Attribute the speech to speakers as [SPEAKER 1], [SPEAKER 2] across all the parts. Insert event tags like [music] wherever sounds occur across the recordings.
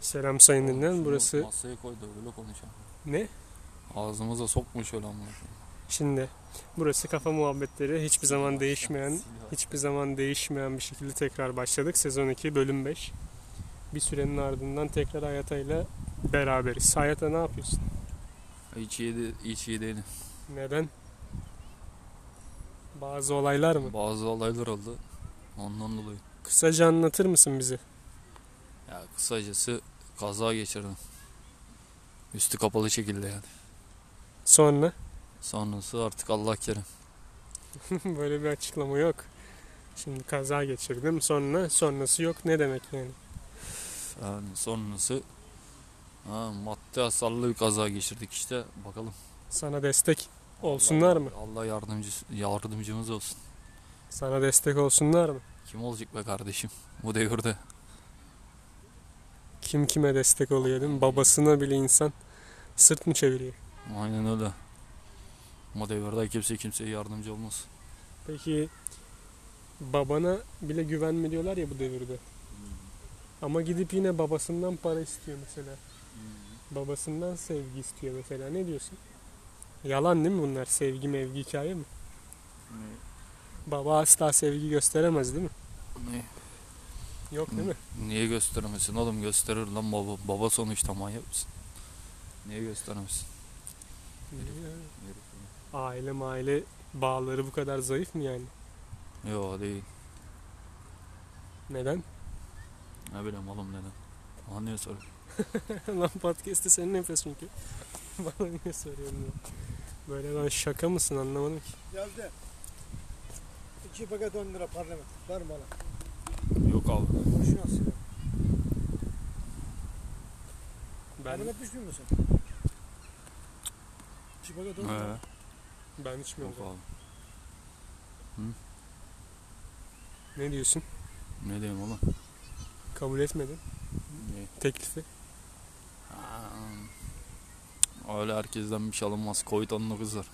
[SPEAKER 1] Selam sayın dinleyen.
[SPEAKER 2] Şunu
[SPEAKER 1] Burası
[SPEAKER 2] Masaya koydu öyle konuşalım.
[SPEAKER 1] ne?
[SPEAKER 2] Ağzımıza sokmuş öyle amına. koyayım.
[SPEAKER 1] Şimdi burası kafa muhabbetleri hiçbir zaman değişmeyen, hiçbir zaman değişmeyen bir şekilde tekrar başladık. Sezon 2 bölüm 5. Bir sürenin ardından tekrar Hayata ile beraberiz. Hayata ne yapıyorsun?
[SPEAKER 2] Hiç iyi, de- hiç iyi değilim.
[SPEAKER 1] Neden? Bazı olaylar mı?
[SPEAKER 2] Bazı olaylar oldu. Ondan dolayı.
[SPEAKER 1] Kısaca anlatır mısın bize?
[SPEAKER 2] Ya kısacası kaza geçirdim. Üstü kapalı şekilde yani.
[SPEAKER 1] Sonra [laughs]
[SPEAKER 2] Sonrası artık Allah kerim.
[SPEAKER 1] böyle bir açıklama yok. Şimdi kaza geçirdim. Sonra sonrası yok ne demek yani?
[SPEAKER 2] Yani sonrası ha, madde hasarlı bir kaza geçirdik işte. Bakalım.
[SPEAKER 1] Sana destek olsunlar mı?
[SPEAKER 2] Allah yardımcısı, yardımcımız olsun.
[SPEAKER 1] Sana destek olsunlar mı?
[SPEAKER 2] Kim olacak be kardeşim bu devirde?
[SPEAKER 1] Kim kime destek oluyor değil mi? Babasına bile insan sırt mı çeviriyor?
[SPEAKER 2] Aynen öyle. Bu devirde kimse kimseye yardımcı olmaz.
[SPEAKER 1] Peki babana bile güvenme diyorlar ya bu devirde. Ama gidip yine babasından para istiyor mesela. Babasından sevgi istiyor mesela. Ne diyorsun? Yalan değil mi bunlar? Sevgi mevgi hikaye mi? Baba asla sevgi gösteremez değil mi?
[SPEAKER 2] Ne?
[SPEAKER 1] Yok değil mi?
[SPEAKER 2] Niye göstermesin oğlum gösterir lan baba. Baba sonuçta manyak mısın? Niye göstermesin?
[SPEAKER 1] Aile maile bağları bu kadar zayıf mı yani?
[SPEAKER 2] Yo değil.
[SPEAKER 1] Neden?
[SPEAKER 2] Ne bileyim oğlum neden. Bana niye soruyor?
[SPEAKER 1] [laughs] Lan podcast'te senin nefes çünkü. [laughs] Bana niye soruyorsun ya? Böyle lan şaka mısın anlamadım ki.
[SPEAKER 3] Geldi. İki paket 10 lira parlament. Ver bana.
[SPEAKER 2] Yok abi.
[SPEAKER 3] Boşuna asıyor.
[SPEAKER 1] Ben,
[SPEAKER 3] Parlament düşmüyor musun? İki paket 10
[SPEAKER 2] He,
[SPEAKER 3] lira.
[SPEAKER 1] ben içmiyorum.
[SPEAKER 2] yok abi.
[SPEAKER 1] Ne diyorsun?
[SPEAKER 2] Ne diyeyim oğlum?
[SPEAKER 1] Kabul etmedin
[SPEAKER 2] Ne?
[SPEAKER 1] teklifi. [laughs]
[SPEAKER 2] Ha, Öyle herkesten bir şey alınmaz. Covid-19 var.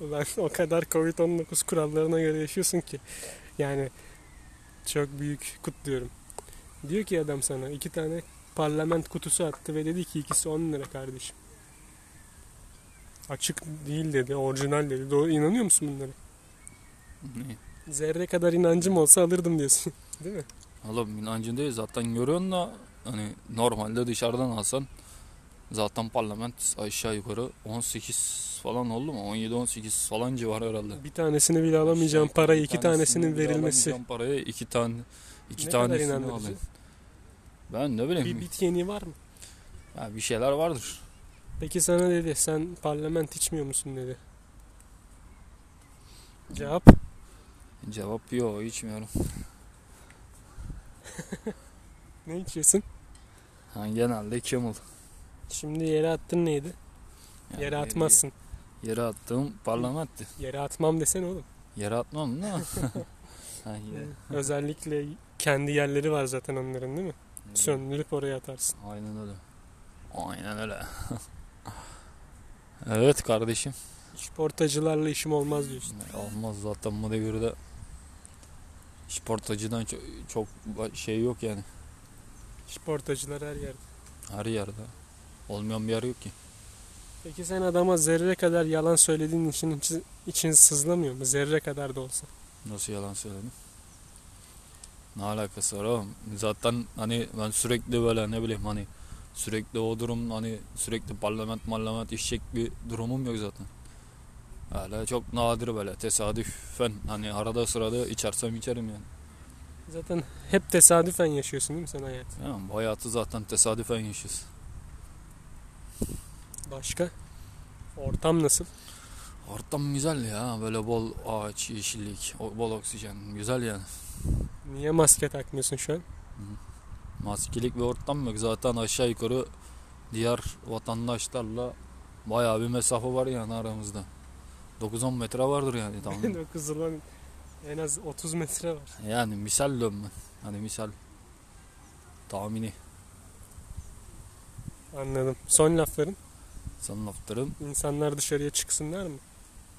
[SPEAKER 1] Ulan o kadar Covid-19 kurallarına göre yaşıyorsun ki. Yani çok büyük kutluyorum. Diyor ki adam sana iki tane parlament kutusu attı ve dedi ki ikisi 10 lira kardeşim. Açık değil dedi, orijinal dedi. Doğru, inanıyor musun bunlara?
[SPEAKER 2] Ne?
[SPEAKER 1] Zerre kadar inancım olsa alırdım diyorsun. Değil mi?
[SPEAKER 2] Oğlum inancın değil zaten görüyorsun da hani normalde dışarıdan alsan zaten parlament aşağı yukarı 18 falan oldu mu? 17-18 falan civarı herhalde.
[SPEAKER 1] Bir tanesini bile alamayacağım parayı iki
[SPEAKER 2] Şey, Bir
[SPEAKER 1] tanesinin
[SPEAKER 2] bile
[SPEAKER 1] verilmesi.
[SPEAKER 2] alamayacağım Paraya iki tane iki
[SPEAKER 1] Ne kadar
[SPEAKER 2] tanesini
[SPEAKER 1] inandırıcı?
[SPEAKER 2] alayım. Ben ne bileyim.
[SPEAKER 1] Bir bit yeni var mı?
[SPEAKER 2] ya bir şeyler vardır.
[SPEAKER 1] Peki sana dedi sen parlament içmiyor musun dedi. Cevap
[SPEAKER 2] Cevap yok içmiyorum.
[SPEAKER 1] ne içiyorsun?
[SPEAKER 2] Ha, genelde Camel.
[SPEAKER 1] Şimdi yere attın neydi?
[SPEAKER 2] Yani
[SPEAKER 1] yere atmazsın.
[SPEAKER 2] Yere attığım parlamentti.
[SPEAKER 1] Yere atmam desene oğlum.
[SPEAKER 2] Yere atmam da. [laughs] ha, yere.
[SPEAKER 1] Özellikle kendi yerleri var zaten onların değil mi? Söndürüp oraya atarsın.
[SPEAKER 2] Aynen öyle. Aynen öyle. [laughs] evet kardeşim.
[SPEAKER 1] Sportacılarla işim olmaz diyorsun.
[SPEAKER 2] Olmaz zaten bu devirde sportacıdan çok, çok şey yok yani.
[SPEAKER 1] Sportacılar her yerde.
[SPEAKER 2] Her yerde. Olmayan bir yer yok ki.
[SPEAKER 1] Peki sen adama zerre kadar yalan söylediğin için için- için sızlamıyor mu? Zerre kadar da olsa.
[SPEAKER 2] Nasıl yalan söyledim? Ne alakası var oğlum? Zaten hani ben sürekli böyle ne bileyim hani sürekli o durum hani sürekli parlament parlament işecek bir durumum yok zaten. Öyle çok nadir böyle tesadüfen hani arada sırada içersem içerim yani.
[SPEAKER 1] Zaten hep tesadüfen yaşıyorsun değil mi sen hayat?
[SPEAKER 2] yani bu hayatı zaten tesadüfen yaşıyoruz.
[SPEAKER 1] Başka? Ortam nasıl?
[SPEAKER 2] Ortam güzel ya böyle bol ağaç, yeşillik, o- bol oksijen güzel yani.
[SPEAKER 1] Niye maske takmıyorsun şu an?
[SPEAKER 2] Maskelik bir ortam yok. Zaten aşağı yukarı diğer vatandaşlarla bayağı bir mesafe var yani aramızda. 9-10 metre vardır yani
[SPEAKER 1] [laughs]
[SPEAKER 2] tamam.
[SPEAKER 1] Ben o kızılan en az 30 metre var.
[SPEAKER 2] yani misal diyorum ben. Hani misal tahmini
[SPEAKER 1] Anladım. Son lafların
[SPEAKER 2] sana laflarım.
[SPEAKER 1] insanlar dışarıya çıksınlar mı?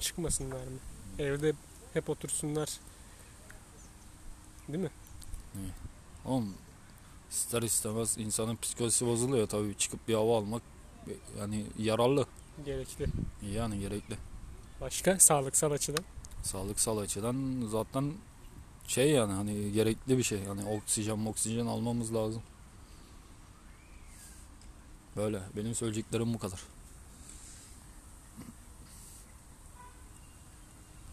[SPEAKER 1] Çıkmasınlar mı? Evde hep otursunlar. Değil mi?
[SPEAKER 2] Oğlum ister istemez insanın psikolojisi bozuluyor tabii çıkıp bir hava almak e, yani yararlı
[SPEAKER 1] Gerekli.
[SPEAKER 2] yani gerekli.
[SPEAKER 1] Başka sağlıksal açıdan.
[SPEAKER 2] Sağlıksal açıdan zaten şey yani hani gerekli bir şey yani oksijen oksijen almamız lazım. Böyle benim söyleyeceklerim bu kadar.